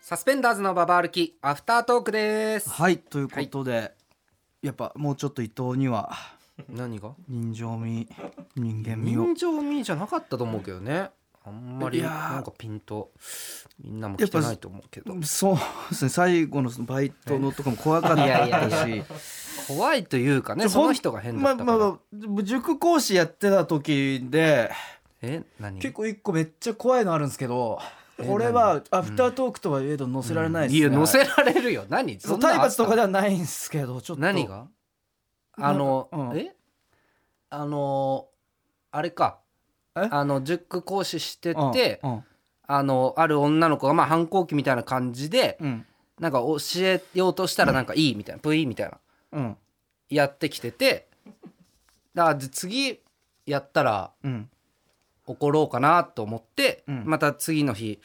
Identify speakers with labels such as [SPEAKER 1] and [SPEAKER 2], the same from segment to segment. [SPEAKER 1] サスペンダーズのババ歩きアフタートークです
[SPEAKER 2] はいということで、やっぱもうちょっと伊藤には
[SPEAKER 1] 何が
[SPEAKER 2] 人情味人間味を
[SPEAKER 1] 人情味じゃなかったと思うけどねあんまり
[SPEAKER 2] いやー
[SPEAKER 1] なんかピンとみんなも来てないと思うけど
[SPEAKER 2] そうですね最後のそのバイトのとかも怖かっ
[SPEAKER 1] いやいや
[SPEAKER 2] た
[SPEAKER 1] いや
[SPEAKER 2] し
[SPEAKER 1] 怖いというかね
[SPEAKER 2] ちょ
[SPEAKER 1] その人が変だったから、
[SPEAKER 2] まあまあ塾講師やってた時で
[SPEAKER 1] え何
[SPEAKER 2] 結構一個めっちゃ怖いのあるんですけど
[SPEAKER 1] え
[SPEAKER 2] これはアフタートークとはいえど載せられないですね、
[SPEAKER 1] や載せられるよ何
[SPEAKER 2] そう
[SPEAKER 1] そんな
[SPEAKER 2] 体罰とかで
[SPEAKER 1] あっ
[SPEAKER 2] はないんですけどち
[SPEAKER 1] た
[SPEAKER 2] ょっと
[SPEAKER 1] 何があの、
[SPEAKER 2] うん
[SPEAKER 1] えあのあれか
[SPEAKER 2] え
[SPEAKER 1] あの塾講師して
[SPEAKER 2] うん
[SPEAKER 1] て、
[SPEAKER 2] うん
[SPEAKER 1] あのある女の子がまあ反抗期みたいな感じで、
[SPEAKER 2] うん
[SPEAKER 1] なんか教えようとしたらなんかいいみたいな、プイみたいな
[SPEAKER 2] うん
[SPEAKER 1] やってきててだからじ次やったら
[SPEAKER 2] うん
[SPEAKER 1] 怒ろうかなと思って、
[SPEAKER 2] うん
[SPEAKER 1] また次の日、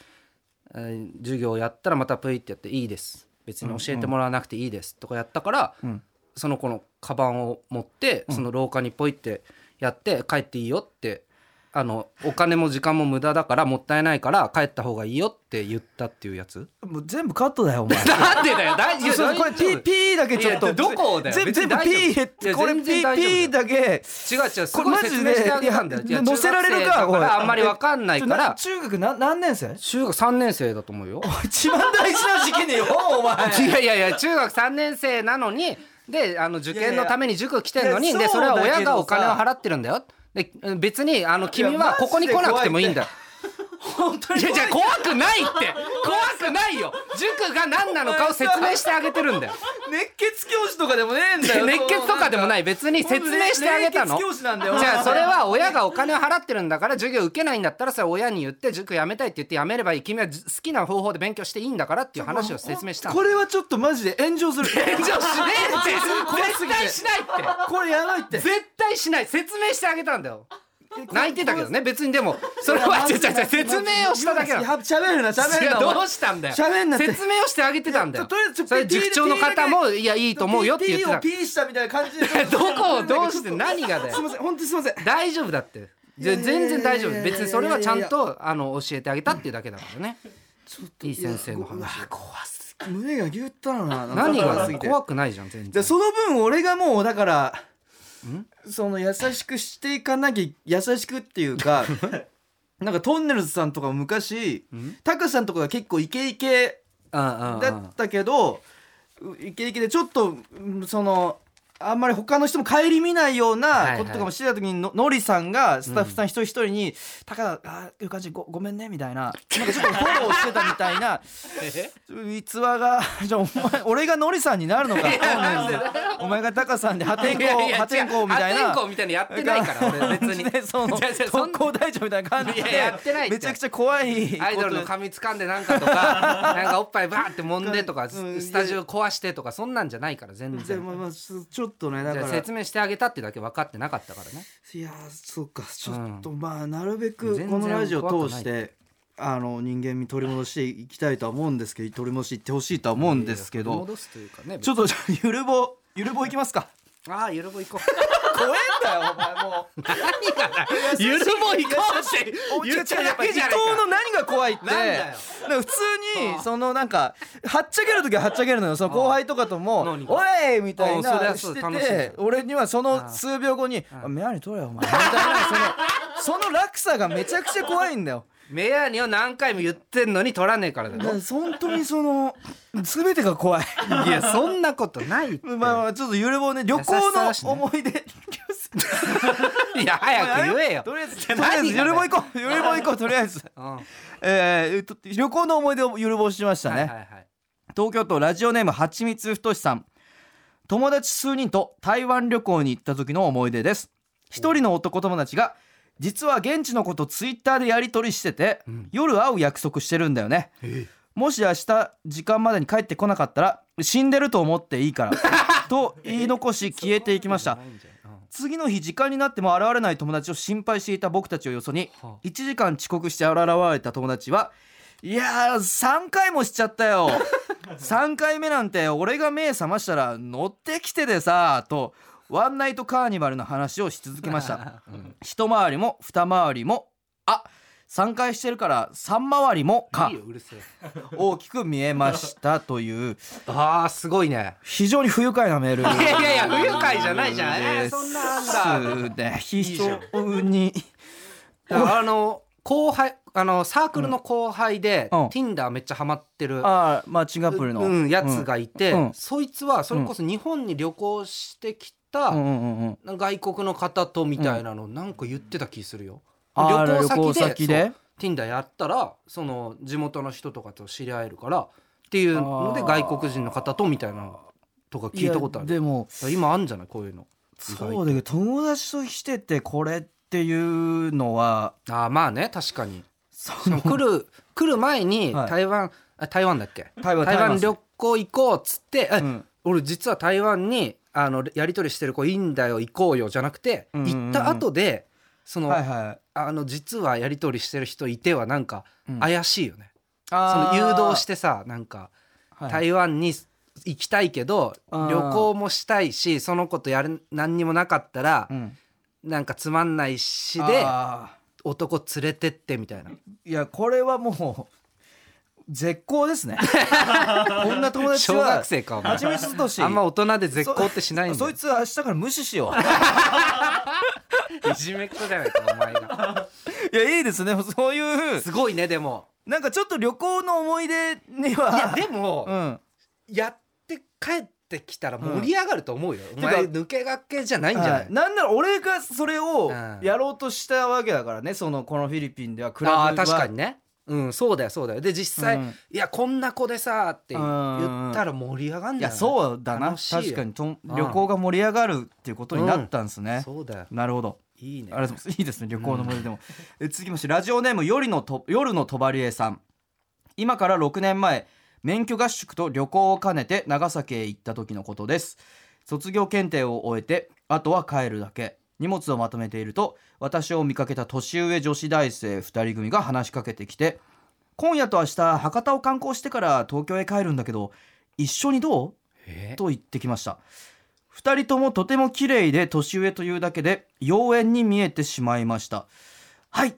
[SPEAKER 1] えー授業やったらまたプイってやって「いいです別に教えてもらわなくていいです」とかやったから、
[SPEAKER 2] うん
[SPEAKER 1] その子のカバンを持って
[SPEAKER 2] ん
[SPEAKER 1] その廊下にポイってやって帰っていいよって。あのお金も時間も無駄だからもったいないから帰った方がいいよって言ったっていうや つ
[SPEAKER 2] もう全部カットだ よお前
[SPEAKER 1] なんでだよ大
[SPEAKER 2] いやそれこれピーピーだけちょっ
[SPEAKER 1] い
[SPEAKER 2] と
[SPEAKER 1] やどこだよ
[SPEAKER 2] 全部
[SPEAKER 1] 別に
[SPEAKER 2] 全部
[SPEAKER 1] 大
[SPEAKER 2] ピ
[SPEAKER 1] 丈夫
[SPEAKER 2] ーっ
[SPEAKER 1] い
[SPEAKER 2] て
[SPEAKER 1] や
[SPEAKER 2] これピ
[SPEAKER 1] 全然
[SPEAKER 2] ー
[SPEAKER 1] 大
[SPEAKER 2] ピ
[SPEAKER 1] 丈夫
[SPEAKER 2] ーだけ
[SPEAKER 1] 違う違うす
[SPEAKER 2] こ
[SPEAKER 1] ご
[SPEAKER 2] れ
[SPEAKER 1] い
[SPEAKER 2] マジ
[SPEAKER 1] 説明
[SPEAKER 2] で
[SPEAKER 1] してあげたんだよ
[SPEAKER 2] い
[SPEAKER 1] い
[SPEAKER 2] や
[SPEAKER 1] や
[SPEAKER 2] 乗せられるか
[SPEAKER 1] 中学生だ
[SPEAKER 2] これ
[SPEAKER 1] らあんまりわかんないか
[SPEAKER 2] ちょ
[SPEAKER 1] ら
[SPEAKER 2] な中学な何年生
[SPEAKER 1] 中学3年生だと思うよ
[SPEAKER 2] 一番大事な時期によお
[SPEAKER 1] い
[SPEAKER 2] 前
[SPEAKER 1] やいやいや 中学3年生なのにであの受験のために塾来てるのに
[SPEAKER 2] いやいや
[SPEAKER 1] でそれはい
[SPEAKER 2] や
[SPEAKER 1] 親
[SPEAKER 2] そうだけど
[SPEAKER 1] が
[SPEAKER 2] さ
[SPEAKER 1] お金を払ってるんだよで別にあの君はここに来なくてもいいんだよ
[SPEAKER 2] 本当
[SPEAKER 1] いやじゃあ怖くないって怖くないよ塾が何なのかを説明してあげてるんだよ
[SPEAKER 2] 熱血教師とかでもねえんだ
[SPEAKER 1] で
[SPEAKER 2] よ
[SPEAKER 1] 熱血とかでもないい別に説明してあげたの
[SPEAKER 2] 熱血教師なんだ
[SPEAKER 1] じ
[SPEAKER 2] よ
[SPEAKER 1] ゃあそれは親がお金を払ってるんだから授業受けないんだったらそれ親に言って塾辞めたいって言って辞めればいい君は好きな方法で勉強していいんだからっていう話を説明したの
[SPEAKER 2] これはちょっとマジで炎上する
[SPEAKER 1] 炎上しねえって絶対しないっ
[SPEAKER 2] これやばいって
[SPEAKER 1] て絶対しない説明してあげたんだよ泣いてたけどね別にでもそれは違う違う違う説明をしただけなの
[SPEAKER 2] や喋るな喋
[SPEAKER 1] い
[SPEAKER 2] る
[SPEAKER 1] や
[SPEAKER 2] な
[SPEAKER 1] どうしたんだよ
[SPEAKER 2] 喋んなって
[SPEAKER 1] 説明をしてあげてたんだよ
[SPEAKER 2] いやとりあえずちょ
[SPEAKER 1] それ
[SPEAKER 2] ピー
[SPEAKER 1] 塾長の方も
[SPEAKER 2] ピー
[SPEAKER 1] いやいいと思うよって言ってた
[SPEAKER 2] P を P したみたいな感じで
[SPEAKER 1] どこをどうして何がだよ
[SPEAKER 2] すいません本当にすいません
[SPEAKER 1] 大丈夫だってじゃ
[SPEAKER 2] いやいやいや
[SPEAKER 1] 全然大丈夫別にそれはちゃん
[SPEAKER 2] いやいや
[SPEAKER 1] とあの教えてあげたっていうだけだからねいい先生の
[SPEAKER 2] うわ
[SPEAKER 1] 話
[SPEAKER 2] 怖すぎ胸がぎゅったのな
[SPEAKER 1] 何
[SPEAKER 2] 怖
[SPEAKER 1] が
[SPEAKER 2] すぎて
[SPEAKER 1] 怖くないじゃん全
[SPEAKER 2] で
[SPEAKER 1] 然
[SPEAKER 2] その分俺がもうだからその優しくしていかなきゃ優しくっていう かなんかトンネルズさんとかも昔タカさんとかが結構イケイケ
[SPEAKER 1] あ
[SPEAKER 2] だったけどうイケイケでちょっとうんそのあんまり他の人も顧みないよう
[SPEAKER 1] はいは
[SPEAKER 2] ないこととかもしてた時にの,、りさんがスタッフさん一人一人に「タカあーいう感じごごめんね」みたいななんかちょっとフォローしてたみたいな 逸話が「じゃあお前俺がのりさんになるのか」お前がタカさんで破天荒破天荒みたい
[SPEAKER 1] 破
[SPEAKER 2] な
[SPEAKER 1] 天。荒みたいなのやってないから 俺別に
[SPEAKER 2] ね その
[SPEAKER 1] いやいやそん
[SPEAKER 2] 特攻隊長みたいな感じで
[SPEAKER 1] いややってないって
[SPEAKER 2] めちゃくちゃ怖いこと
[SPEAKER 1] アイドルの髪掴んでなんかとか なんかおっぱいバーって揉んでとか
[SPEAKER 2] うん
[SPEAKER 1] スタジオ壊してとかそんなんじゃないから全
[SPEAKER 2] で
[SPEAKER 1] 然
[SPEAKER 2] まあまあちょちょっとねだ
[SPEAKER 1] じ
[SPEAKER 2] か
[SPEAKER 1] ゃあ
[SPEAKER 2] ら
[SPEAKER 1] 説明してあげたってだけ分かってなかったからね
[SPEAKER 2] いやーそうかちょっと、まあなるべ
[SPEAKER 1] 全
[SPEAKER 2] く
[SPEAKER 1] 然
[SPEAKER 2] このラジオ
[SPEAKER 1] 怖く
[SPEAKER 2] 通
[SPEAKER 1] ない
[SPEAKER 2] してあの人間味取り戻していきたいとは思うんですけど取り戻していってほしいとは思うんですけ
[SPEAKER 1] 取り
[SPEAKER 2] ど
[SPEAKER 1] 戻すというかね
[SPEAKER 2] ちょっとじゃあゆるぼゆるぼいきますか
[SPEAKER 1] ああゆるぼ行こう
[SPEAKER 2] 怖えんだよお前もう
[SPEAKER 1] 何がだゆるぼ行こうって言っただけじゃない
[SPEAKER 2] 伊藤
[SPEAKER 1] か
[SPEAKER 2] の何が怖いって
[SPEAKER 1] なんだよ
[SPEAKER 2] なんか普通にそのなんかはっちゃける時ははっちゃけるのよその後輩とかとも
[SPEAKER 1] 何
[SPEAKER 2] 「おい!」みたい
[SPEAKER 1] あそり
[SPEAKER 2] な
[SPEAKER 1] ゃそう
[SPEAKER 2] して
[SPEAKER 1] 楽しいじゃん
[SPEAKER 2] て俺にはその数秒後に「目あり取れよお前」みたいなそのその落差がめちゃくちゃ怖いんだよ。
[SPEAKER 1] メアニを何回も言ってんのに取らねえからだ
[SPEAKER 2] だか
[SPEAKER 1] ろ
[SPEAKER 2] ら本当にその全てが怖い。
[SPEAKER 1] いやそんなことないって
[SPEAKER 2] まあまあちょっと揺れ棒ね旅行
[SPEAKER 1] 優しさだしね
[SPEAKER 2] の思い出。
[SPEAKER 1] いや早く言えよ
[SPEAKER 2] とりあえずとりあえず揺れ棒行こう揺れ棒行こうとりあえず。
[SPEAKER 1] うんは
[SPEAKER 2] えー、と旅行の思い出を揺れ棒しまし
[SPEAKER 1] い
[SPEAKER 2] たね。
[SPEAKER 1] はいはい
[SPEAKER 2] 東京都ラジオネームはちみつふとしさん友達数人と台湾旅行に行った時の思い出です一人の男友達が実は現地のことツイッターでやり取りしてて、
[SPEAKER 1] ん
[SPEAKER 2] 夜会う約束してるんだよね、
[SPEAKER 1] え
[SPEAKER 2] もし明日時間までに帰ってこなかったら死んでると思っていいからと言い残し消えていきました次の日時間になっても現れない友達を心配していた僕たちをよそに
[SPEAKER 1] は
[SPEAKER 2] 1時間遅刻して現れた友達はいやー3回もしちゃった よ3回目なんて俺が目覚ましたら乗ってきてでさとワン ナイトカーニバルの話をし続けました一回りも二回りもあ3回してるから3回りもか
[SPEAKER 1] いいようるせえ
[SPEAKER 2] 大きく見えましたという
[SPEAKER 1] あーすごいね
[SPEAKER 2] 非常に不愉快なメール
[SPEAKER 1] いやいやいや不愉快じゃないじゃんえーそんなあんだ
[SPEAKER 2] んだ非常に
[SPEAKER 1] だからあの後輩あのサークルの後輩で、
[SPEAKER 2] うん
[SPEAKER 1] Tinder めっちゃハマってる
[SPEAKER 2] ああマッチングアプリの
[SPEAKER 1] うん、やつがいて、
[SPEAKER 2] うん
[SPEAKER 1] そいつはそれこそ日本に旅行してきた、
[SPEAKER 2] うんうんうんうん
[SPEAKER 1] 外国の方とみたいなのなんか言ってた気するよ、
[SPEAKER 2] あー
[SPEAKER 1] 旅
[SPEAKER 2] 旅
[SPEAKER 1] 行
[SPEAKER 2] 行
[SPEAKER 1] 先
[SPEAKER 2] 先
[SPEAKER 1] で
[SPEAKER 2] で
[SPEAKER 1] そう Tinder やったらその地元の人とかと知り合えるからっていうので
[SPEAKER 2] あー
[SPEAKER 1] 外国人の方とみたいなとか聞いたことある
[SPEAKER 2] やでも
[SPEAKER 1] 今あんじゃないこういうの
[SPEAKER 2] そうだけど友達としててこれっていうのは
[SPEAKER 1] あーまあね確かに
[SPEAKER 2] そ
[SPEAKER 1] しか
[SPEAKER 2] の
[SPEAKER 1] も来 る来る前に
[SPEAKER 2] はい
[SPEAKER 1] 台湾、あ台湾だっけ
[SPEAKER 2] 台湾
[SPEAKER 1] 台湾
[SPEAKER 2] です
[SPEAKER 1] 旅行行こうっつって、え
[SPEAKER 2] うん
[SPEAKER 1] 俺実は台湾にあのやり取りしてる子いいんだよ行こうよじゃなくて、
[SPEAKER 2] うんうんうん
[SPEAKER 1] 行った後でその,、
[SPEAKER 2] はいはい
[SPEAKER 1] あの実はやり取りしてる人いてはなんか
[SPEAKER 2] うん
[SPEAKER 1] 怪しいよね、その
[SPEAKER 2] あー
[SPEAKER 1] 誘導してさなんか
[SPEAKER 2] はい
[SPEAKER 1] 台湾に行きたいけど、
[SPEAKER 2] あー
[SPEAKER 1] 旅行もしたいしその子とやる何にもなかったら、
[SPEAKER 2] うん
[SPEAKER 1] なんかつまんないしで
[SPEAKER 2] あ
[SPEAKER 1] 男連れてってみた いな
[SPEAKER 2] ーいやこれはもう絶好です ねこんな友達
[SPEAKER 1] 小
[SPEAKER 2] は
[SPEAKER 1] 学生かお前
[SPEAKER 2] 初めずとし
[SPEAKER 1] あんま大人で絶好ってしないんだ
[SPEAKER 2] そ
[SPEAKER 1] よ
[SPEAKER 2] いつは明日から無視しよ
[SPEAKER 1] いじめっ子じゃないかお前が
[SPEAKER 2] ういやいいですねそうい う
[SPEAKER 1] すごいねでも
[SPEAKER 2] なんかちょっと旅行の思い出にはい
[SPEAKER 1] やでも、
[SPEAKER 2] うん
[SPEAKER 1] やって帰ってきたら盛り上がると思うよ、
[SPEAKER 2] ん
[SPEAKER 1] お前
[SPEAKER 2] て
[SPEAKER 1] 抜けがけじゃないんじゃない、
[SPEAKER 2] はいなんなら俺がそれを
[SPEAKER 1] うん
[SPEAKER 2] やろうとしたわけだからねそのこのフィリピンではク
[SPEAKER 1] あ
[SPEAKER 2] ラ
[SPEAKER 1] あ
[SPEAKER 2] ブは
[SPEAKER 1] 確かにねうんそうだよそうだよで実際、
[SPEAKER 2] うん
[SPEAKER 1] いやこんな子でさって言ったら盛り上がん
[SPEAKER 2] い
[SPEAKER 1] じゃ
[SPEAKER 2] や
[SPEAKER 1] ない
[SPEAKER 2] そうだな
[SPEAKER 1] 楽しいよ
[SPEAKER 2] 確かにと
[SPEAKER 1] うん
[SPEAKER 2] 旅行が盛り上がるっていうことになったんですね、
[SPEAKER 1] そうだよ
[SPEAKER 2] なるほど
[SPEAKER 1] いいね
[SPEAKER 2] ありがとうございますい いですね旅行の思い出でも、え続きましてラジオネーム夜のと夜のとばりえさん今から6年前免許合宿と旅行を兼ねて長崎へ行った時のことです卒業検定を終えてあとは帰るだけ荷物をまとめていると私を見かけた年上女子大生2人組が話しかけてきて「今夜と明日博多を観光してから東京へ帰るんだけど一緒にどう?」
[SPEAKER 1] え
[SPEAKER 2] と言ってきました2人ともとても綺麗で年上というだけで妖艶に見えてしまいましたはい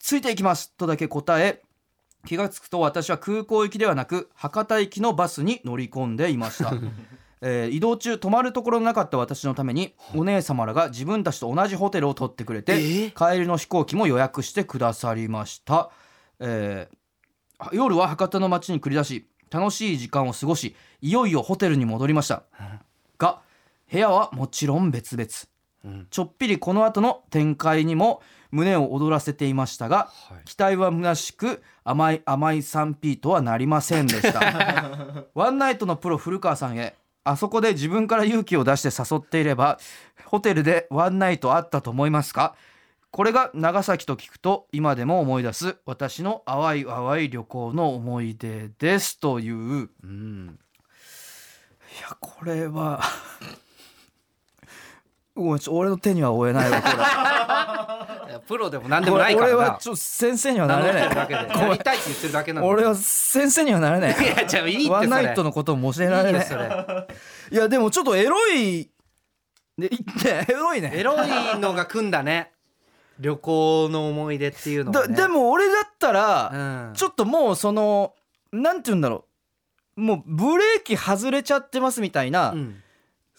[SPEAKER 2] ついていきますとだけ答え気がつくと私は空港行きではなく博多行きのバスに乗り込んでいま した、えー移動中泊まるところのなかった私のためにお姉様らが自分たちと同じホテルを取ってくれて、
[SPEAKER 1] えー
[SPEAKER 2] 帰りの飛行機も予約してくださりました、えー夜は博多の街に繰り出し楽しい時間を過ごしいよいよホテルに戻り ましたが部屋はもちろん別々
[SPEAKER 1] うん
[SPEAKER 2] ちょっぴりこの後の展開にも胸を躍らせていましたが
[SPEAKER 1] はい
[SPEAKER 2] 期待は虚しく甘い甘い 3P とはなりませんでしたワンナイトのプロ古川さんへあそこで自分から勇気を出して誘っていればホテルでワンナイトあったと思いますかこれが長崎と聞くと今でも思い出す私の淡い淡い旅行の思い出ですというい
[SPEAKER 1] うん
[SPEAKER 2] やこれはごめんちょ俺の手には負えないわこれ
[SPEAKER 1] いやプロでも何でもないから
[SPEAKER 2] 俺
[SPEAKER 1] な
[SPEAKER 2] はちょっと先生にはな
[SPEAKER 1] 名乗
[SPEAKER 2] れ
[SPEAKER 1] って
[SPEAKER 2] な
[SPEAKER 1] るだ
[SPEAKER 2] い
[SPEAKER 1] け でやりたいって言ってるだけなんだ
[SPEAKER 2] 俺は先生にはなれない
[SPEAKER 1] いやじゃあいいってそれ
[SPEAKER 2] ワンナイトのことを教えら
[SPEAKER 1] い
[SPEAKER 2] れ
[SPEAKER 1] い
[SPEAKER 2] な
[SPEAKER 1] よ
[SPEAKER 2] い
[SPEAKER 1] それ
[SPEAKER 2] いやでもちょっとエロいでいってエロいね
[SPEAKER 1] エロいのが組んだね旅行の思い出っていうの
[SPEAKER 2] だ
[SPEAKER 1] は、ね、
[SPEAKER 2] でも俺だった
[SPEAKER 1] う
[SPEAKER 2] ら、
[SPEAKER 1] ん、
[SPEAKER 2] ちょっともうそのなんて言うんだろうもうブレーキ外れちゃってますみたいな、
[SPEAKER 1] うん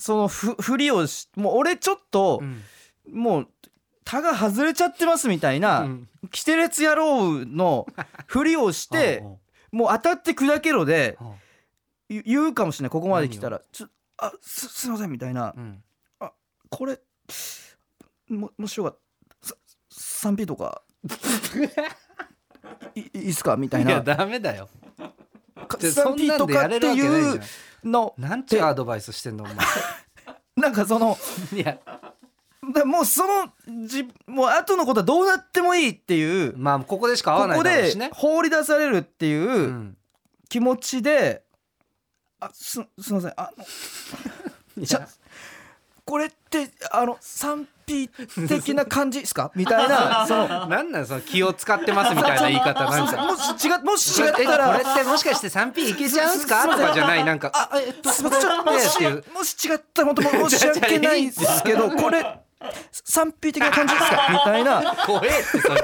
[SPEAKER 2] そのふふりをしもう俺ちょっと
[SPEAKER 1] う、ん
[SPEAKER 2] もう他が外れちゃってますみたいな、
[SPEAKER 1] うん
[SPEAKER 2] キテレツ野郎のふりを してもう当たって砕けろで
[SPEAKER 1] うんうん
[SPEAKER 2] ゆ言うかもしれないここまで来たら「ちょあすすいません」みたいな
[SPEAKER 1] うん
[SPEAKER 2] これももしよかったさ 3P とかいいいっすかみたい
[SPEAKER 1] いや
[SPEAKER 2] な
[SPEAKER 1] ダメだよ
[SPEAKER 2] か
[SPEAKER 1] でそん
[SPEAKER 2] 3P
[SPEAKER 1] なん
[SPEAKER 2] と
[SPEAKER 1] で
[SPEAKER 2] か
[SPEAKER 1] や
[SPEAKER 2] って
[SPEAKER 1] れるわけないじゃ
[SPEAKER 2] いうの
[SPEAKER 1] んなんちゅうアドバイスしてんのお前
[SPEAKER 2] なんかその
[SPEAKER 1] いや
[SPEAKER 2] だもうそのじもう後のことはどうなってもいいっていう
[SPEAKER 1] まあここでしか会わ
[SPEAKER 2] こ
[SPEAKER 1] な
[SPEAKER 2] こ
[SPEAKER 1] いだろう
[SPEAKER 2] で
[SPEAKER 1] しね
[SPEAKER 2] 放り出されるって
[SPEAKER 1] う
[SPEAKER 2] いうん気持ちであすすいませんあ
[SPEAKER 1] い
[SPEAKER 2] じ
[SPEAKER 1] や
[SPEAKER 2] ゃこれってあの 3P 的な感じですかみた いなその
[SPEAKER 1] なんなんその気を使ってますみたいな言い方なん
[SPEAKER 2] そ
[SPEAKER 1] か
[SPEAKER 2] うもし違っも し違
[SPEAKER 1] え
[SPEAKER 2] っ
[SPEAKER 1] これ
[SPEAKER 2] たら
[SPEAKER 1] ってもしかして 3P いけちゃうんすかとかじゃないなんかあえっと
[SPEAKER 2] すいませんちょっともし
[SPEAKER 1] っていう
[SPEAKER 2] も し違ったら本当申し訳ないですけどこ れ賛否的な感じですかみたいな
[SPEAKER 1] 怖えってそれって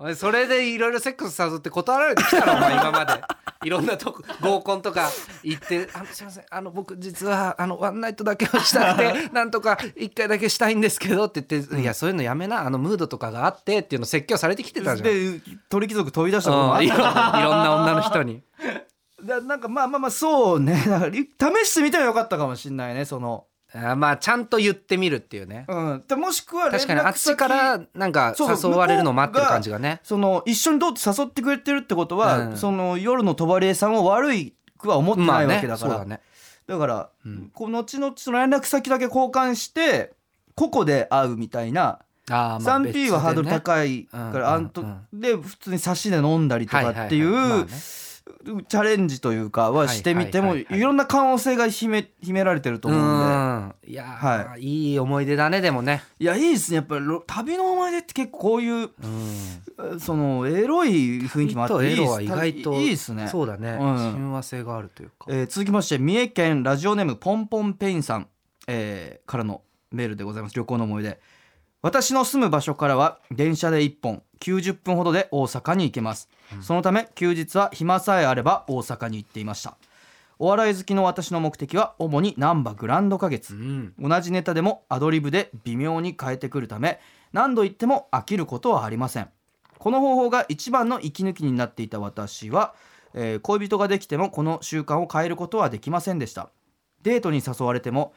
[SPEAKER 1] おいそれでいろいろセックス誘って断られてきたろお前今までいろんなとこ合コンとか行って「あのすいませんあの僕実はあのワンナイトだけはしたく てなんとか一回だけしたいんですけど」って言って「いやそういうのやめなあのムードとかがあって」っていうの説教されてきてたじゃ ん。うん
[SPEAKER 2] で鳥貴族飛び出したこともあっ
[SPEAKER 1] いろ
[SPEAKER 2] た
[SPEAKER 1] いろんな女の人に。
[SPEAKER 2] だなんかまあまあまあそうね だからり試してみたらよかったかもしんないねその、
[SPEAKER 1] あまあちゃんと言ってみるっていうね。
[SPEAKER 2] うん、でもしくは連絡
[SPEAKER 1] 確
[SPEAKER 2] 先
[SPEAKER 1] かにあっちからなんか
[SPEAKER 2] そう
[SPEAKER 1] 誘
[SPEAKER 2] そう
[SPEAKER 1] われるのを待ってる感じがね。
[SPEAKER 2] その一緒にどうって誘ってくれてるってことは、
[SPEAKER 1] うん
[SPEAKER 2] その夜の帳さんを悪いくは思って
[SPEAKER 1] ま
[SPEAKER 2] な
[SPEAKER 1] あ
[SPEAKER 2] いわ
[SPEAKER 1] ね
[SPEAKER 2] けだか
[SPEAKER 1] そう
[SPEAKER 2] ら、
[SPEAKER 1] だね。
[SPEAKER 2] だから、
[SPEAKER 1] うん
[SPEAKER 2] こう後々その連絡先だけ交換して個々で会うみたいな、
[SPEAKER 1] あーまあ
[SPEAKER 2] 3P はハードル
[SPEAKER 1] 別でね
[SPEAKER 2] 高いから、
[SPEAKER 1] うんうん
[SPEAKER 2] あ
[SPEAKER 1] うん
[SPEAKER 2] んとで普通に差しで飲んだりとかってい
[SPEAKER 1] はいはいはいまあ
[SPEAKER 2] う
[SPEAKER 1] ね
[SPEAKER 2] チャレンジというかはしてみて
[SPEAKER 1] は
[SPEAKER 2] も
[SPEAKER 1] いはいいはいはい
[SPEAKER 2] ろんな可能性が秘め秘められてると思うんで
[SPEAKER 1] うんいやー、、
[SPEAKER 2] はい
[SPEAKER 1] い思い出だねでもね、
[SPEAKER 2] いやいいですねやっぱりろ旅の思い出って結構こういう
[SPEAKER 1] うん、
[SPEAKER 2] そのエロい雰囲気もあって
[SPEAKER 1] 旅とエロはい意
[SPEAKER 2] いっす
[SPEAKER 1] 外と
[SPEAKER 2] いいですね
[SPEAKER 1] そうだね、
[SPEAKER 2] うん
[SPEAKER 1] 親和性があるというか、
[SPEAKER 2] えー続きまして三重県ラジオネームポンポンペインさん、えーからのメールでございます旅行の思い出私の住む場所からは電車で1本90分ほどで大阪に行けます、そのため休日は暇さえあれば大阪に行っていましたお笑い好きの私の目的は主に難波グランド花月、
[SPEAKER 1] うん、
[SPEAKER 2] 同じネタでもアドリブで微妙に変えてくるため何度言っても飽きることはありませんこの方法が一番の息抜きになっていた私は、えー恋人ができてもこの習慣を変えることはできませんでしたデートに誘われても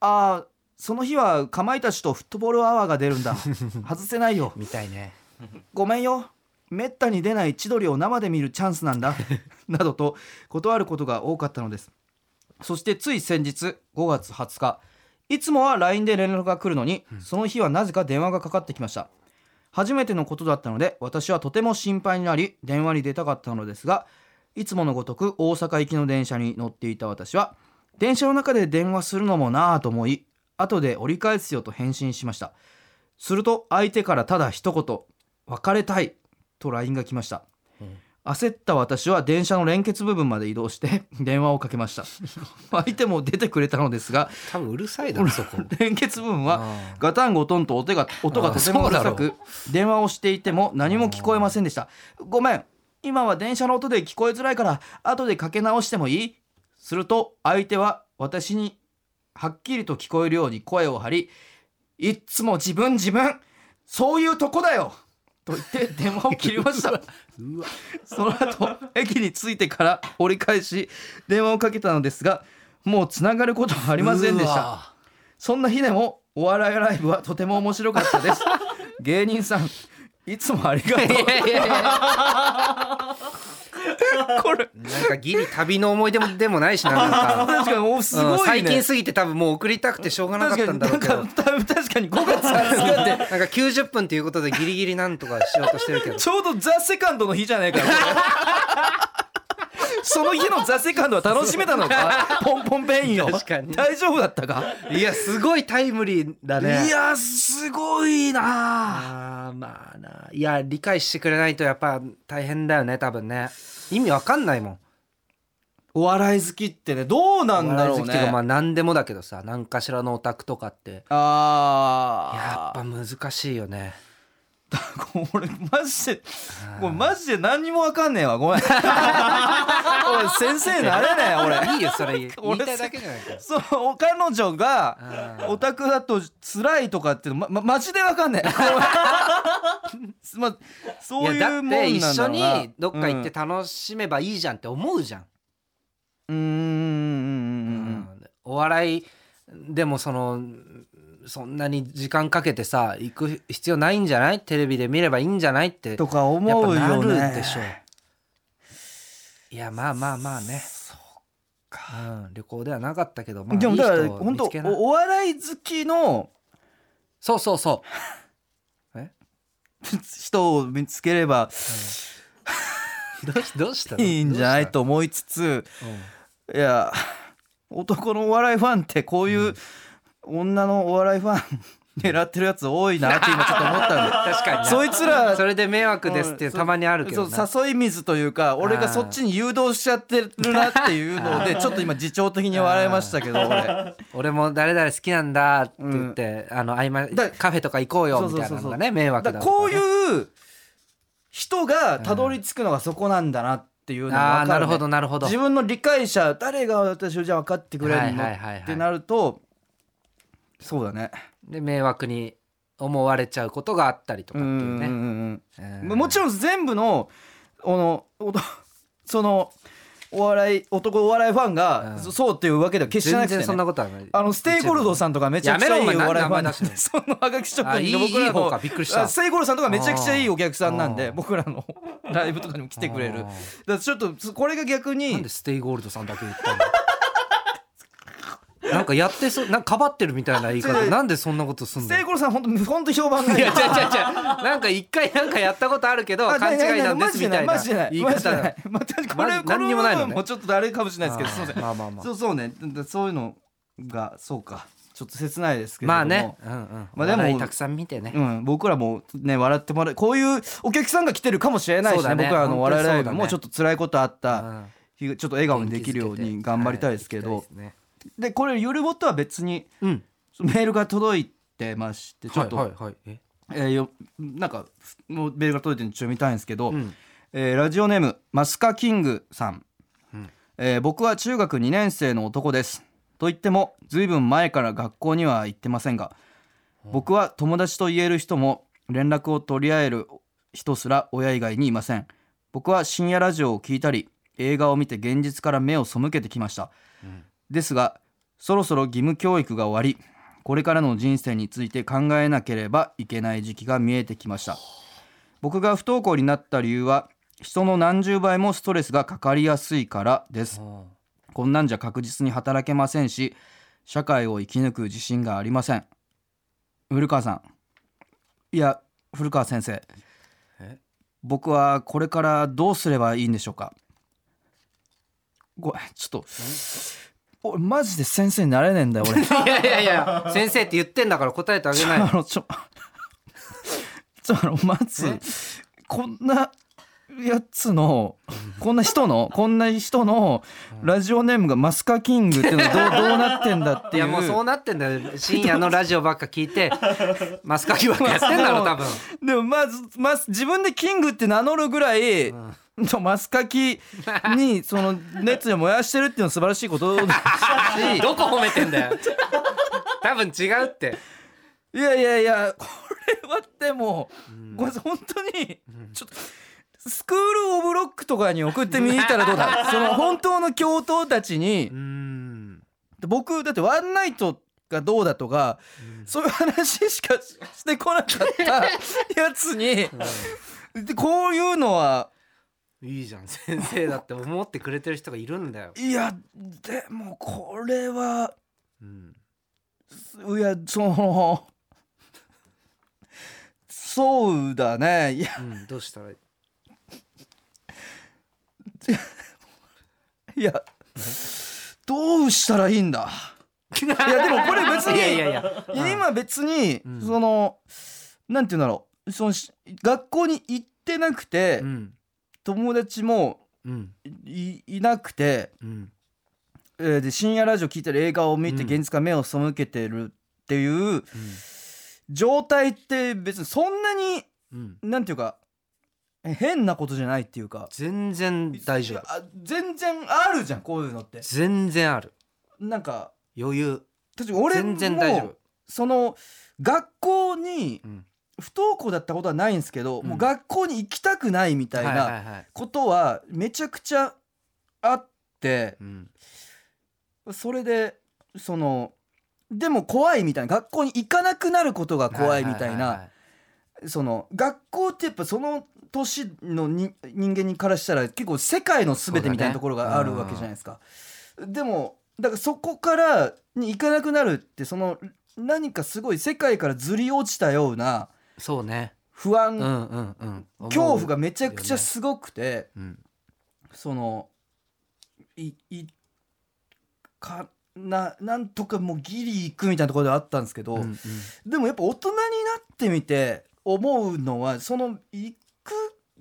[SPEAKER 2] ああその日はかまいたちとフットボールアワーが出る んだ外せないよ
[SPEAKER 1] みたいね
[SPEAKER 2] ごめんよめったに出ない千鳥を生で見るチャンスなんだなどと断ることが多かったのですそしてつい先日5月20日いつもは LINE で連絡が来るのに、その日はなぜか電話がかかってきました初めてのことだったので私はとても心配になり電話に出たかったのですがいつものごとく大阪行きの電車に乗っていた私は電車の中で電話するのもなぁと思い後で折り返すよと返信しましたすると相手からただ一言「別れたい」と LINE が来ました、
[SPEAKER 1] うん
[SPEAKER 2] 焦った私は電車の連結部分まで移動して 電話をかけました相手も出てくれたのですが
[SPEAKER 1] 多分うるさいだろそこ
[SPEAKER 2] 連結部分は
[SPEAKER 1] あ
[SPEAKER 2] ガタンゴトンと音が音がとてもうる
[SPEAKER 1] あ
[SPEAKER 2] さ
[SPEAKER 1] ーそうだ
[SPEAKER 2] く電話をしていても何も聞こえませんでしたごめん今は電車の音で聞こえづらいから後でかけ直してもいいすると相手は私にはっきりと聞こえるように声を張りいっつも自分自分そういうとこだよと言って電話を切りまし た
[SPEAKER 1] うわ
[SPEAKER 2] その後駅に着いてから折り返し電話をかけたのですがもうつながることはあ
[SPEAKER 1] あ
[SPEAKER 2] りませんでしたそんな日でもお笑いライブはとても面白かったです 芸人さんいつもありがと
[SPEAKER 1] いや
[SPEAKER 2] う
[SPEAKER 1] いやいや
[SPEAKER 2] これ
[SPEAKER 1] なんかギリ旅の思い出もでもないしななんか
[SPEAKER 2] 確かにおす
[SPEAKER 1] う
[SPEAKER 2] ご
[SPEAKER 1] ん
[SPEAKER 2] い
[SPEAKER 1] 最
[SPEAKER 2] ね
[SPEAKER 1] 近すぎて多分もう送りたくてしょうがなかったんだろうけど
[SPEAKER 2] 確かになんか確かに5月20日
[SPEAKER 1] な
[SPEAKER 2] っ
[SPEAKER 1] ん
[SPEAKER 2] て
[SPEAKER 1] か90分ということでギリギリなんとかしようとしてるけど
[SPEAKER 2] ちょうどザ・セカンドの日じゃねえかよこれその日のザ・セカンドは楽しめたの かポンポンペインよ
[SPEAKER 1] 確かに
[SPEAKER 2] 大丈夫だったか、
[SPEAKER 1] いやすごいタイムリーだね
[SPEAKER 2] いやすごいなあ
[SPEAKER 1] あーまあないや理解してくれないとやっぱ大変だよね多分ね意味わかんないもん
[SPEAKER 2] お笑い好きってねどうなんだろう
[SPEAKER 1] お笑い好きっていうかま
[SPEAKER 2] ね
[SPEAKER 1] あ何でもだけどさ何かしらのオタクとかって
[SPEAKER 2] あー
[SPEAKER 1] やっぱ難しいよね
[SPEAKER 2] これマジでこれマジで何にもわかんねえわごめん俺先生になれねえ俺
[SPEAKER 1] いいよそれ言い
[SPEAKER 2] 俺
[SPEAKER 1] たいだけじゃないか
[SPEAKER 2] そう彼女が
[SPEAKER 1] あ
[SPEAKER 2] オタクだと辛いとかってままマジでわかんねえまそう
[SPEAKER 1] い
[SPEAKER 2] い
[SPEAKER 1] や
[SPEAKER 2] うも
[SPEAKER 1] だっ
[SPEAKER 2] ん
[SPEAKER 1] て
[SPEAKER 2] なんだ
[SPEAKER 1] 一緒
[SPEAKER 2] ろうな
[SPEAKER 1] にどっか行って楽しめばいいじゃんって思うじゃん、
[SPEAKER 2] うんうんうんうんう
[SPEAKER 1] う
[SPEAKER 2] んうん
[SPEAKER 1] んお笑いでもそのそんなに時間かけてさ行く必要ないんじゃないテレビで見ればいいんじゃないって
[SPEAKER 2] とか思うよ
[SPEAKER 1] やっぱなる
[SPEAKER 2] ね
[SPEAKER 1] でしょいやまあまあまあねうん、旅行ではなかったけど、まあ、
[SPEAKER 2] でもだ
[SPEAKER 1] い
[SPEAKER 2] か
[SPEAKER 1] い
[SPEAKER 2] ら
[SPEAKER 1] 人を
[SPEAKER 2] 本当
[SPEAKER 1] 見つけな
[SPEAKER 2] おお笑い好きの
[SPEAKER 1] そうそう そ
[SPEAKER 2] 人を見つければ
[SPEAKER 1] うどう しどうしたの
[SPEAKER 2] いいんじゃない、と思いつつ
[SPEAKER 1] どうし
[SPEAKER 2] いや男のお笑いファンってこういう女のお笑いファン狙ってるやつ多いなって今ちょっと思ったんで
[SPEAKER 1] たのうん確かに
[SPEAKER 2] そ
[SPEAKER 1] そ
[SPEAKER 2] いつら
[SPEAKER 1] それで迷惑ですっていう
[SPEAKER 2] うん
[SPEAKER 1] たまにあるけどな
[SPEAKER 2] そう誘い水というか俺がそっちに誘導しちゃってるなっていうの でちょっと今自重的に笑いましたけど俺
[SPEAKER 1] 俺も誰々好きなんだって言って、あの合間
[SPEAKER 2] だ
[SPEAKER 1] カフェとか行こうよ
[SPEAKER 2] そ
[SPEAKER 1] み
[SPEAKER 2] うそう
[SPEAKER 1] たい
[SPEAKER 2] そう
[SPEAKER 1] なの
[SPEAKER 2] そう
[SPEAKER 1] がね迷惑だ
[SPEAKER 2] だからこう
[SPEAKER 1] う
[SPEAKER 2] いう人がたどり着くのがそこなんだなっていうのが
[SPEAKER 1] ああ
[SPEAKER 2] 分
[SPEAKER 1] ー
[SPEAKER 2] か
[SPEAKER 1] な
[SPEAKER 2] る,、
[SPEAKER 1] るほどなるほど
[SPEAKER 2] 自分の理解者誰が私をじゃあ分かってくれるの、
[SPEAKER 1] はいはいはいはい
[SPEAKER 2] ってなるとそうだね
[SPEAKER 1] で迷惑に思われちゃうことがあったりとか
[SPEAKER 2] う
[SPEAKER 1] ってい
[SPEAKER 2] ん
[SPEAKER 1] う
[SPEAKER 2] うん
[SPEAKER 1] ね
[SPEAKER 2] うん
[SPEAKER 1] うん
[SPEAKER 2] うんもちろん全部のあのおと そのお笑い男お笑いファンが、
[SPEAKER 1] うん
[SPEAKER 2] そそうっていうわけでは決して
[SPEAKER 1] 全
[SPEAKER 2] なくて、ね、
[SPEAKER 1] 然そんなことはない
[SPEAKER 2] あのステイゴルドさんとかめちゃくちゃいい
[SPEAKER 1] や
[SPEAKER 2] お
[SPEAKER 1] めろお前
[SPEAKER 2] 笑いファ
[SPEAKER 1] 名前
[SPEAKER 2] ンで
[SPEAKER 1] 出してね
[SPEAKER 2] そのハガキ職
[SPEAKER 1] あいい
[SPEAKER 2] 人の
[SPEAKER 1] い
[SPEAKER 2] 僕
[SPEAKER 1] い
[SPEAKER 2] ら
[SPEAKER 1] 方か
[SPEAKER 2] の
[SPEAKER 1] びっくりし
[SPEAKER 2] あ
[SPEAKER 1] た
[SPEAKER 2] ステイゴルドさんとかめちゃくちゃいいお客さんなん
[SPEAKER 1] あ
[SPEAKER 2] で
[SPEAKER 1] ー
[SPEAKER 2] 僕らのライブとかにも来てくれるだ
[SPEAKER 1] あ
[SPEAKER 2] か
[SPEAKER 1] ー
[SPEAKER 2] らちょっとそこれが逆
[SPEAKER 1] なん
[SPEAKER 2] に
[SPEAKER 1] でステイゴールドさんだけ言ったの なんかやってそうなんかかばってるみたいな言い
[SPEAKER 2] 違う違
[SPEAKER 1] 方
[SPEAKER 2] う
[SPEAKER 1] なんでそんなことすん
[SPEAKER 2] ス
[SPEAKER 1] の
[SPEAKER 2] テイゴルドさん本当本当評判が
[SPEAKER 1] い
[SPEAKER 2] いい
[SPEAKER 1] や違う違う違うなんか一回なんかやったことあるけど
[SPEAKER 2] あ
[SPEAKER 1] 勘違いなんで
[SPEAKER 2] マ
[SPEAKER 1] す
[SPEAKER 2] ジで
[SPEAKER 1] みたいな
[SPEAKER 2] マジでない
[SPEAKER 1] 言い
[SPEAKER 2] マジで
[SPEAKER 1] 方
[SPEAKER 2] ない
[SPEAKER 1] だ
[SPEAKER 2] まあ確かにこれ
[SPEAKER 1] マジ
[SPEAKER 2] こ
[SPEAKER 1] 何にもないのね
[SPEAKER 2] の部分もちょっとあれかもしれないですけどすいません
[SPEAKER 1] まあまあまあ
[SPEAKER 2] そうそうねだだそういうのがそうかちょっと切ないですけれども
[SPEAKER 1] まあねうんうん
[SPEAKER 2] まあでも
[SPEAKER 1] 笑いたくさん見てね
[SPEAKER 2] うん、僕らもね笑ってもらえこういうお客さんが来てるかもしれないし
[SPEAKER 1] そうだ
[SPEAKER 2] ね
[SPEAKER 1] ね
[SPEAKER 2] 僕らのお笑いライブ
[SPEAKER 1] 本当
[SPEAKER 2] も
[SPEAKER 1] に
[SPEAKER 2] ち
[SPEAKER 1] そ
[SPEAKER 2] ょ
[SPEAKER 1] うだね
[SPEAKER 2] っと辛いことあった、
[SPEAKER 1] うん
[SPEAKER 2] ちょっと笑顔にできるように頑張りたいですけど、
[SPEAKER 1] はい行きたいですね
[SPEAKER 2] でこれゆるぼっとは別に
[SPEAKER 1] うん
[SPEAKER 2] メールが届いてましてちょっと、
[SPEAKER 1] はいはいはいえ
[SPEAKER 2] えーよなんかもうメールが届いてるのちょっと見たいんですけど、
[SPEAKER 1] うん
[SPEAKER 2] えーラジオネームマスカキングさん、
[SPEAKER 1] うん
[SPEAKER 2] えー僕は中学2年生の男ですと言っても随分前から学校には行ってませんが僕は友達と言える人も連絡を取り合える人すら親以外にいません僕は深夜ラジオを聞いたり映画を見て現実から目を背けてきました、
[SPEAKER 1] うん
[SPEAKER 2] ですがそろそろ義務教育が終わりこれからの人生について考えなければいけない時期が見えてきました僕が不登校になった理由は人の何十倍もストレスがかかりやすいからです
[SPEAKER 1] うん
[SPEAKER 2] こんなんじゃ確実に働けませんし社会を生き抜く自信がありません古川さんいや古川先生
[SPEAKER 1] え
[SPEAKER 2] 僕はこれからどうすればいいんでしょうかごめんちょっと俺マジで先生になれねえんだよ 俺
[SPEAKER 1] いやいやいや先生って言ってんだから答えてあげない
[SPEAKER 2] あのちょ ちょあのまず
[SPEAKER 1] え
[SPEAKER 2] こんなやつのこんな人のこんな人のラジオネームがマスカキングってい うのはどうどうなってんだって
[SPEAKER 1] い
[SPEAKER 2] い
[SPEAKER 1] や
[SPEAKER 2] う
[SPEAKER 1] もうそうなってんだよ深夜のラジオばっか聞い てマスカキばっかやってんだろ多分
[SPEAKER 2] でもまず、まず自分でキングって名乗るぐらい、のマスカキ にその熱を燃やしてるっていうのは素晴らしいことだし
[SPEAKER 1] どこ褒めてん だよ多分違うって
[SPEAKER 2] いやいやいやこれはでも、ごめんなさい本当にちょっと。スクール・オブ・ロックとかに送ってみたらどう だその本当の教頭たちに
[SPEAKER 1] うん
[SPEAKER 2] 僕だってワンナイトがどうだとか、そういう話しかししてこなかったや つに、でこういうのはい
[SPEAKER 1] いじゃん先生だって思ってくれてる人がいるんだよ、
[SPEAKER 2] いやでもこれは
[SPEAKER 1] うん、
[SPEAKER 2] いやそのそうだねいや
[SPEAKER 1] うんどうしたらいい
[SPEAKER 2] いやどうしたらいいんだ
[SPEAKER 1] い
[SPEAKER 2] いやでもこれ別に
[SPEAKER 1] いやいやいや
[SPEAKER 2] いや今別に、
[SPEAKER 1] うん
[SPEAKER 2] そのなんて言うんだろうそのし学校に行ってなくて、
[SPEAKER 1] うん
[SPEAKER 2] 友達も
[SPEAKER 1] うん
[SPEAKER 2] いいなくて、
[SPEAKER 1] うん
[SPEAKER 2] えーで深夜ラジオ聞いたり映画を見て
[SPEAKER 1] うん
[SPEAKER 2] 現実から目を背けてるっていう状態って別にそんなに
[SPEAKER 1] うん
[SPEAKER 2] なんていうかえ変なことじゃないっていうか
[SPEAKER 1] 全然大丈夫
[SPEAKER 2] あ全然あるじゃんこういうのって
[SPEAKER 1] 全然ある
[SPEAKER 2] なんか
[SPEAKER 1] 余裕
[SPEAKER 2] 確かに俺も
[SPEAKER 1] 全然大丈夫
[SPEAKER 2] その学校に
[SPEAKER 1] うん
[SPEAKER 2] 不登校だったことはないんですけど、
[SPEAKER 1] うん
[SPEAKER 2] もう学校に行きたくないみたい
[SPEAKER 1] はいは
[SPEAKER 2] ない
[SPEAKER 1] はい
[SPEAKER 2] ことはめちゃくちゃあって
[SPEAKER 1] うん
[SPEAKER 2] それでそのでも怖いみたいな学校に行かなくなることが怖いみたい
[SPEAKER 1] ははは
[SPEAKER 2] な
[SPEAKER 1] は
[SPEAKER 2] その学校ってやっぱその年のに人間にからしたら結構世界の全てみたいなところがあるわけじゃないですか。でもだからそこからに行かなくなるってその何かすごい世界からずり落ちたような
[SPEAKER 1] そうね
[SPEAKER 2] 不安、
[SPEAKER 1] うんうんうん
[SPEAKER 2] 恐怖がめちゃくちゃすごくて、
[SPEAKER 1] うん
[SPEAKER 2] そのいいかななんとかもうギリ行くみたいなところではあったんですけど、
[SPEAKER 1] うんうん
[SPEAKER 2] でもやっぱ大人になってみて思うのはその行く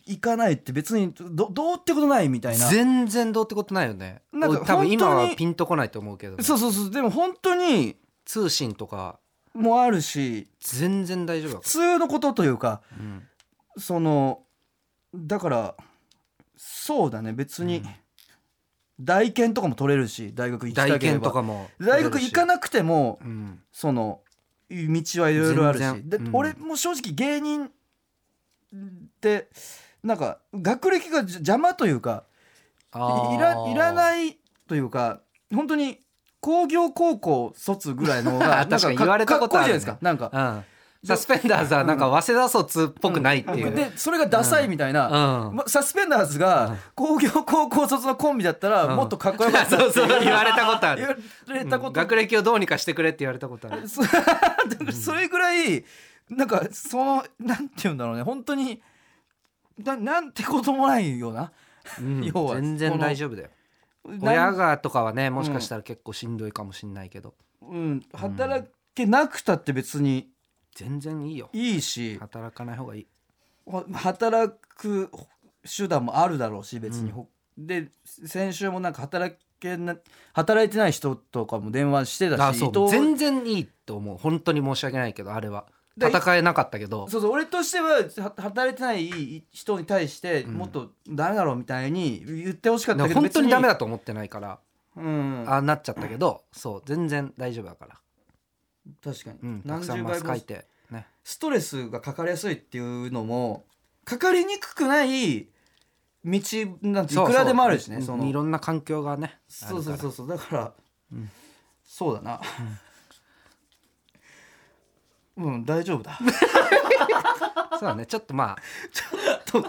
[SPEAKER 2] 行かないって別にどどうってことないみたいな。
[SPEAKER 1] 全然どうってことないよね
[SPEAKER 2] なんか
[SPEAKER 1] 俺多分今
[SPEAKER 2] 本当
[SPEAKER 1] は
[SPEAKER 2] に
[SPEAKER 1] ピンとこないと思うけど
[SPEAKER 2] そうそうそうでも本当に
[SPEAKER 1] 通信とか
[SPEAKER 2] もあるし
[SPEAKER 1] 全然大丈夫だか、
[SPEAKER 2] 普通のことというから
[SPEAKER 1] うん
[SPEAKER 2] そのだからそうだね別に、大研とかも取れるし大学行きた
[SPEAKER 1] 大
[SPEAKER 2] けれ
[SPEAKER 1] 研
[SPEAKER 2] ば
[SPEAKER 1] とかも
[SPEAKER 2] 大学行か
[SPEAKER 1] な
[SPEAKER 2] なくても
[SPEAKER 1] うん
[SPEAKER 2] その道はいろいろあるし
[SPEAKER 1] 全然
[SPEAKER 2] で、
[SPEAKER 1] うん
[SPEAKER 2] 俺も正直芸人ってなんか学歴がじゃ邪魔というかいいらいら
[SPEAKER 1] い
[SPEAKER 2] ないというか本当に工業高校卒ぐらいの方が
[SPEAKER 1] 確
[SPEAKER 2] なん
[SPEAKER 1] かに言われたことあるね
[SPEAKER 2] かっこいいじゃないですかなんか
[SPEAKER 1] うんサスペンダーズはなんか早稲田卒っぽくないっていう、うん
[SPEAKER 2] でそれがダサいみたいな、まサスペンダーズが工業高校卒のコンビだったら
[SPEAKER 1] うん
[SPEAKER 2] もっとかっこよかったって
[SPEAKER 1] そうそう
[SPEAKER 2] 言
[SPEAKER 1] 言われたことある
[SPEAKER 2] われたこ
[SPEAKER 1] うん
[SPEAKER 2] と、
[SPEAKER 1] 学歴をどうにかしてくれって言われたことある
[SPEAKER 2] そだからそれぐらいなんかそのなんて言うんだろうね本当にななんてこともないような
[SPEAKER 1] うん
[SPEAKER 2] 要は
[SPEAKER 1] 全然大丈夫だよ
[SPEAKER 2] な
[SPEAKER 1] 親
[SPEAKER 2] ん
[SPEAKER 1] がとかはねもしかしたら結構しんどいかもしんないけど、
[SPEAKER 2] うん、働けなくたって別に
[SPEAKER 1] 全然いいよ
[SPEAKER 2] いいし
[SPEAKER 1] 働かない方がいい
[SPEAKER 2] ほ働く手段もあるだろうし別に、ほで先週もなんか働けな働いてない人とかも電話してたし
[SPEAKER 1] あ
[SPEAKER 2] 伊
[SPEAKER 1] そ
[SPEAKER 2] 藤
[SPEAKER 1] う全然いいと思う本当に申し訳ないけどあれは
[SPEAKER 2] だ
[SPEAKER 1] 戦えなかったけど
[SPEAKER 2] そうそう俺としてはは働いてない人に対して
[SPEAKER 1] ん
[SPEAKER 2] もっとダメだろうみたいに言ってほしかっ
[SPEAKER 1] で
[SPEAKER 2] た
[SPEAKER 1] も
[SPEAKER 2] けど
[SPEAKER 1] 本当にダメ
[SPEAKER 2] だ、
[SPEAKER 1] だと思ってないから
[SPEAKER 2] うん、
[SPEAKER 1] ああなっちゃったけどそう全然大丈夫だから、
[SPEAKER 2] 確かに、
[SPEAKER 1] うん、た
[SPEAKER 2] 何
[SPEAKER 1] く
[SPEAKER 2] 十
[SPEAKER 1] さんマ
[SPEAKER 2] 倍
[SPEAKER 1] ス書
[SPEAKER 2] も
[SPEAKER 1] いてね
[SPEAKER 2] ストレスがかかりやすいっていうのもかかりにくくない道なんてい
[SPEAKER 1] そうそう
[SPEAKER 2] くらでもあるしね
[SPEAKER 1] うん
[SPEAKER 2] その
[SPEAKER 1] いろんな環境がね
[SPEAKER 2] そう
[SPEAKER 1] あ
[SPEAKER 2] そう
[SPEAKER 1] るか
[SPEAKER 2] そ
[SPEAKER 1] ら
[SPEAKER 2] うそうだから、そう だなうん、大丈夫だ
[SPEAKER 1] そうだねちょっと まあ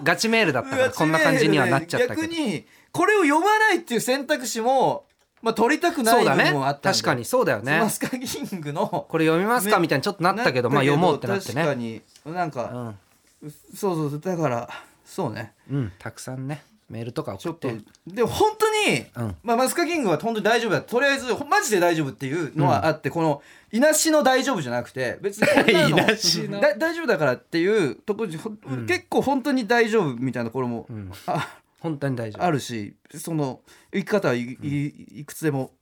[SPEAKER 1] ガチメールだったから こんな感じにはなっちゃったけど
[SPEAKER 2] 逆にこれを読まないっていう選択肢も、まあ、取りたくな
[SPEAKER 1] そ
[SPEAKER 2] いう
[SPEAKER 1] だ
[SPEAKER 2] の
[SPEAKER 1] ね
[SPEAKER 2] もあったんで
[SPEAKER 1] 確かにそうだよね
[SPEAKER 2] スマスカキングの
[SPEAKER 1] これ読みますか
[SPEAKER 2] ね
[SPEAKER 1] みたいにちょっとなったけどまあ読もうってなって
[SPEAKER 2] 確か
[SPEAKER 1] ね
[SPEAKER 2] になん
[SPEAKER 1] う
[SPEAKER 2] か、
[SPEAKER 1] ん
[SPEAKER 2] そうそうそうだからそうね
[SPEAKER 1] うんたくさんねメールとか
[SPEAKER 2] ち
[SPEAKER 1] 送
[SPEAKER 2] ょ
[SPEAKER 1] っ
[SPEAKER 2] っと
[SPEAKER 1] て
[SPEAKER 2] で本当に、
[SPEAKER 1] うん
[SPEAKER 2] まあ、マスカキングは本当に大丈夫だとりあえずマジで大丈夫っていうのはあって、このいなしの大丈夫じゃなくて別にこん なの
[SPEAKER 1] いなしの
[SPEAKER 2] だ大丈夫だからっていうところ、ほん
[SPEAKER 1] ん
[SPEAKER 2] 結構本当に大丈夫みたいなところも、
[SPEAKER 1] ん
[SPEAKER 2] あ
[SPEAKER 1] 本当に大丈夫
[SPEAKER 2] あるしその生き方はい、いいくつでも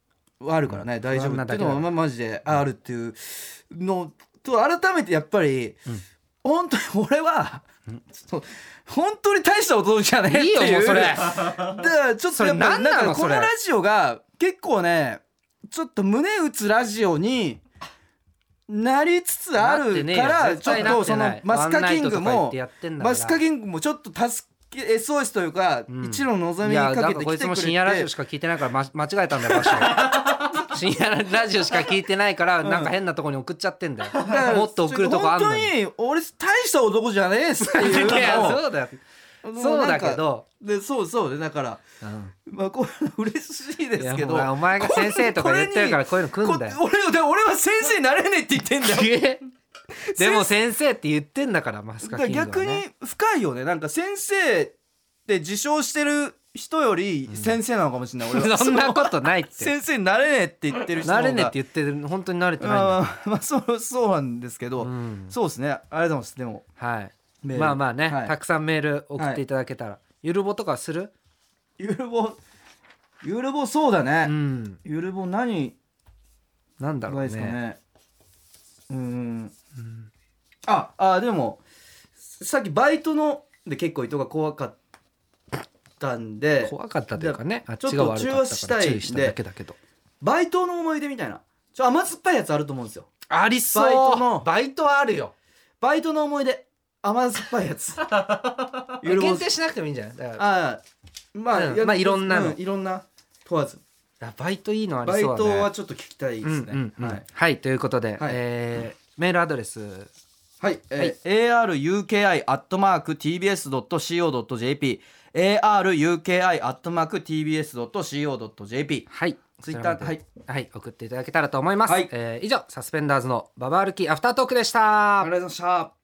[SPEAKER 2] あるからね、大丈夫ってい
[SPEAKER 1] 不安なだ
[SPEAKER 2] うの
[SPEAKER 1] けだ
[SPEAKER 2] は、まあ、マジであるっていうのと改めてやっぱり、本当に俺は、そう本当に大した驚きじゃねえって
[SPEAKER 1] いい
[SPEAKER 2] いう
[SPEAKER 1] よもうそれ
[SPEAKER 2] だからちょっとや
[SPEAKER 1] それ
[SPEAKER 2] っぱ
[SPEAKER 1] 何なの
[SPEAKER 2] なんかこ
[SPEAKER 1] そ
[SPEAKER 2] の
[SPEAKER 1] れ
[SPEAKER 2] ラジオが結構ねちょっと胸打つラジオになりつつあるか
[SPEAKER 1] な
[SPEAKER 2] ら
[SPEAKER 1] って
[SPEAKER 2] ちょ
[SPEAKER 1] ね
[SPEAKER 2] っ
[SPEAKER 1] えよ
[SPEAKER 2] とそのマスカキング
[SPEAKER 1] ワンナイトとか言っ
[SPEAKER 2] も
[SPEAKER 1] てやってんだから
[SPEAKER 2] マスカキングもちょっと助け SOS というか
[SPEAKER 1] うん
[SPEAKER 2] 一路の望み
[SPEAKER 1] い
[SPEAKER 2] に
[SPEAKER 1] や
[SPEAKER 2] か
[SPEAKER 1] なん
[SPEAKER 2] け
[SPEAKER 1] か
[SPEAKER 2] て
[SPEAKER 1] こ
[SPEAKER 2] き
[SPEAKER 1] い
[SPEAKER 2] て
[SPEAKER 1] つ
[SPEAKER 2] く
[SPEAKER 1] も
[SPEAKER 2] れて
[SPEAKER 1] 深夜ラジオしか聞いてないから、ま、間違えたんだよ場所 深夜ラジオしか聞いてないからなんか変なとこに送っちゃってんだよ、
[SPEAKER 2] だから
[SPEAKER 1] もっと送るとこあんのに
[SPEAKER 2] 本当に俺大した男じゃねえっすっていう
[SPEAKER 1] いや
[SPEAKER 2] の
[SPEAKER 1] そうだよ
[SPEAKER 2] を
[SPEAKER 1] そうだけど、
[SPEAKER 2] でそうそうでだから
[SPEAKER 1] うん
[SPEAKER 2] まあこういうの嬉しいですけ
[SPEAKER 1] い
[SPEAKER 2] ど
[SPEAKER 1] やお前が先生とか言ってるからこういうの来んだよ
[SPEAKER 2] こ俺で俺は先生になれねえって言ってんだ よ
[SPEAKER 1] えでも先生って言ってんだからマスカ
[SPEAKER 2] だ
[SPEAKER 1] キ
[SPEAKER 2] から
[SPEAKER 1] ングは、ね、
[SPEAKER 2] 逆に深いよねなんか先生って自称してる人より先生なのかもしれない、俺 は
[SPEAKER 1] そんなことないって
[SPEAKER 2] 先生になれねえって言ってる人の
[SPEAKER 1] 慣
[SPEAKER 2] 方が
[SPEAKER 1] れねえって言ってる本当に慣れてないんだよ
[SPEAKER 2] あーまあそうそうなんですけど、
[SPEAKER 1] うん
[SPEAKER 2] そうですねありがとうございますでも
[SPEAKER 1] はい
[SPEAKER 2] メール
[SPEAKER 1] まあまあね、
[SPEAKER 2] はい
[SPEAKER 1] たくさんメール送っていただけたら、ゆるぼとかする
[SPEAKER 2] ゆるぼゆるぼそうだ
[SPEAKER 1] う
[SPEAKER 2] ね、
[SPEAKER 1] ん
[SPEAKER 2] ゆるぼ何
[SPEAKER 1] なんだろう
[SPEAKER 2] がいい
[SPEAKER 1] ね
[SPEAKER 2] ですかねうーんああでもさっきバイトので結構人が怖かったんで
[SPEAKER 1] 怖かったというかねあっ
[SPEAKER 2] ちょっ
[SPEAKER 1] ち
[SPEAKER 2] と
[SPEAKER 1] が悪か
[SPEAKER 2] 中和
[SPEAKER 1] っ
[SPEAKER 2] した
[SPEAKER 1] か
[SPEAKER 2] た
[SPEAKER 1] ら
[SPEAKER 2] いんで
[SPEAKER 1] 注意しただけだけど
[SPEAKER 2] バイトの思い出みたいなちょ甘酸っぱいやつあると思うんですよ
[SPEAKER 1] あり
[SPEAKER 2] バイト
[SPEAKER 1] の
[SPEAKER 2] の
[SPEAKER 1] バイトはあるよ
[SPEAKER 2] バイトの思い出甘酸っぱい やつゆるぼ
[SPEAKER 1] 限定しなくてもいいんじゃないだから
[SPEAKER 2] ああまあ、
[SPEAKER 1] うんまあいろんなの
[SPEAKER 2] ういろんな問わず
[SPEAKER 1] あバイトいいのあり
[SPEAKER 2] バイ
[SPEAKER 1] そうだね
[SPEAKER 2] トはちょっと聞きたいですね、
[SPEAKER 1] うんうんうん
[SPEAKER 2] は
[SPEAKER 1] はいい、、ということで、
[SPEAKER 2] はい
[SPEAKER 1] えーメールアドレス
[SPEAKER 2] はいえー aruki.tbs.co.jp aruki.tbs.co.jp
[SPEAKER 1] はい
[SPEAKER 2] ツイッター
[SPEAKER 1] それまではい、送っていただけたらと思います、
[SPEAKER 2] はい
[SPEAKER 1] えー以上サスペンダーズのババ歩きアフタートークでした
[SPEAKER 2] ありがとうございました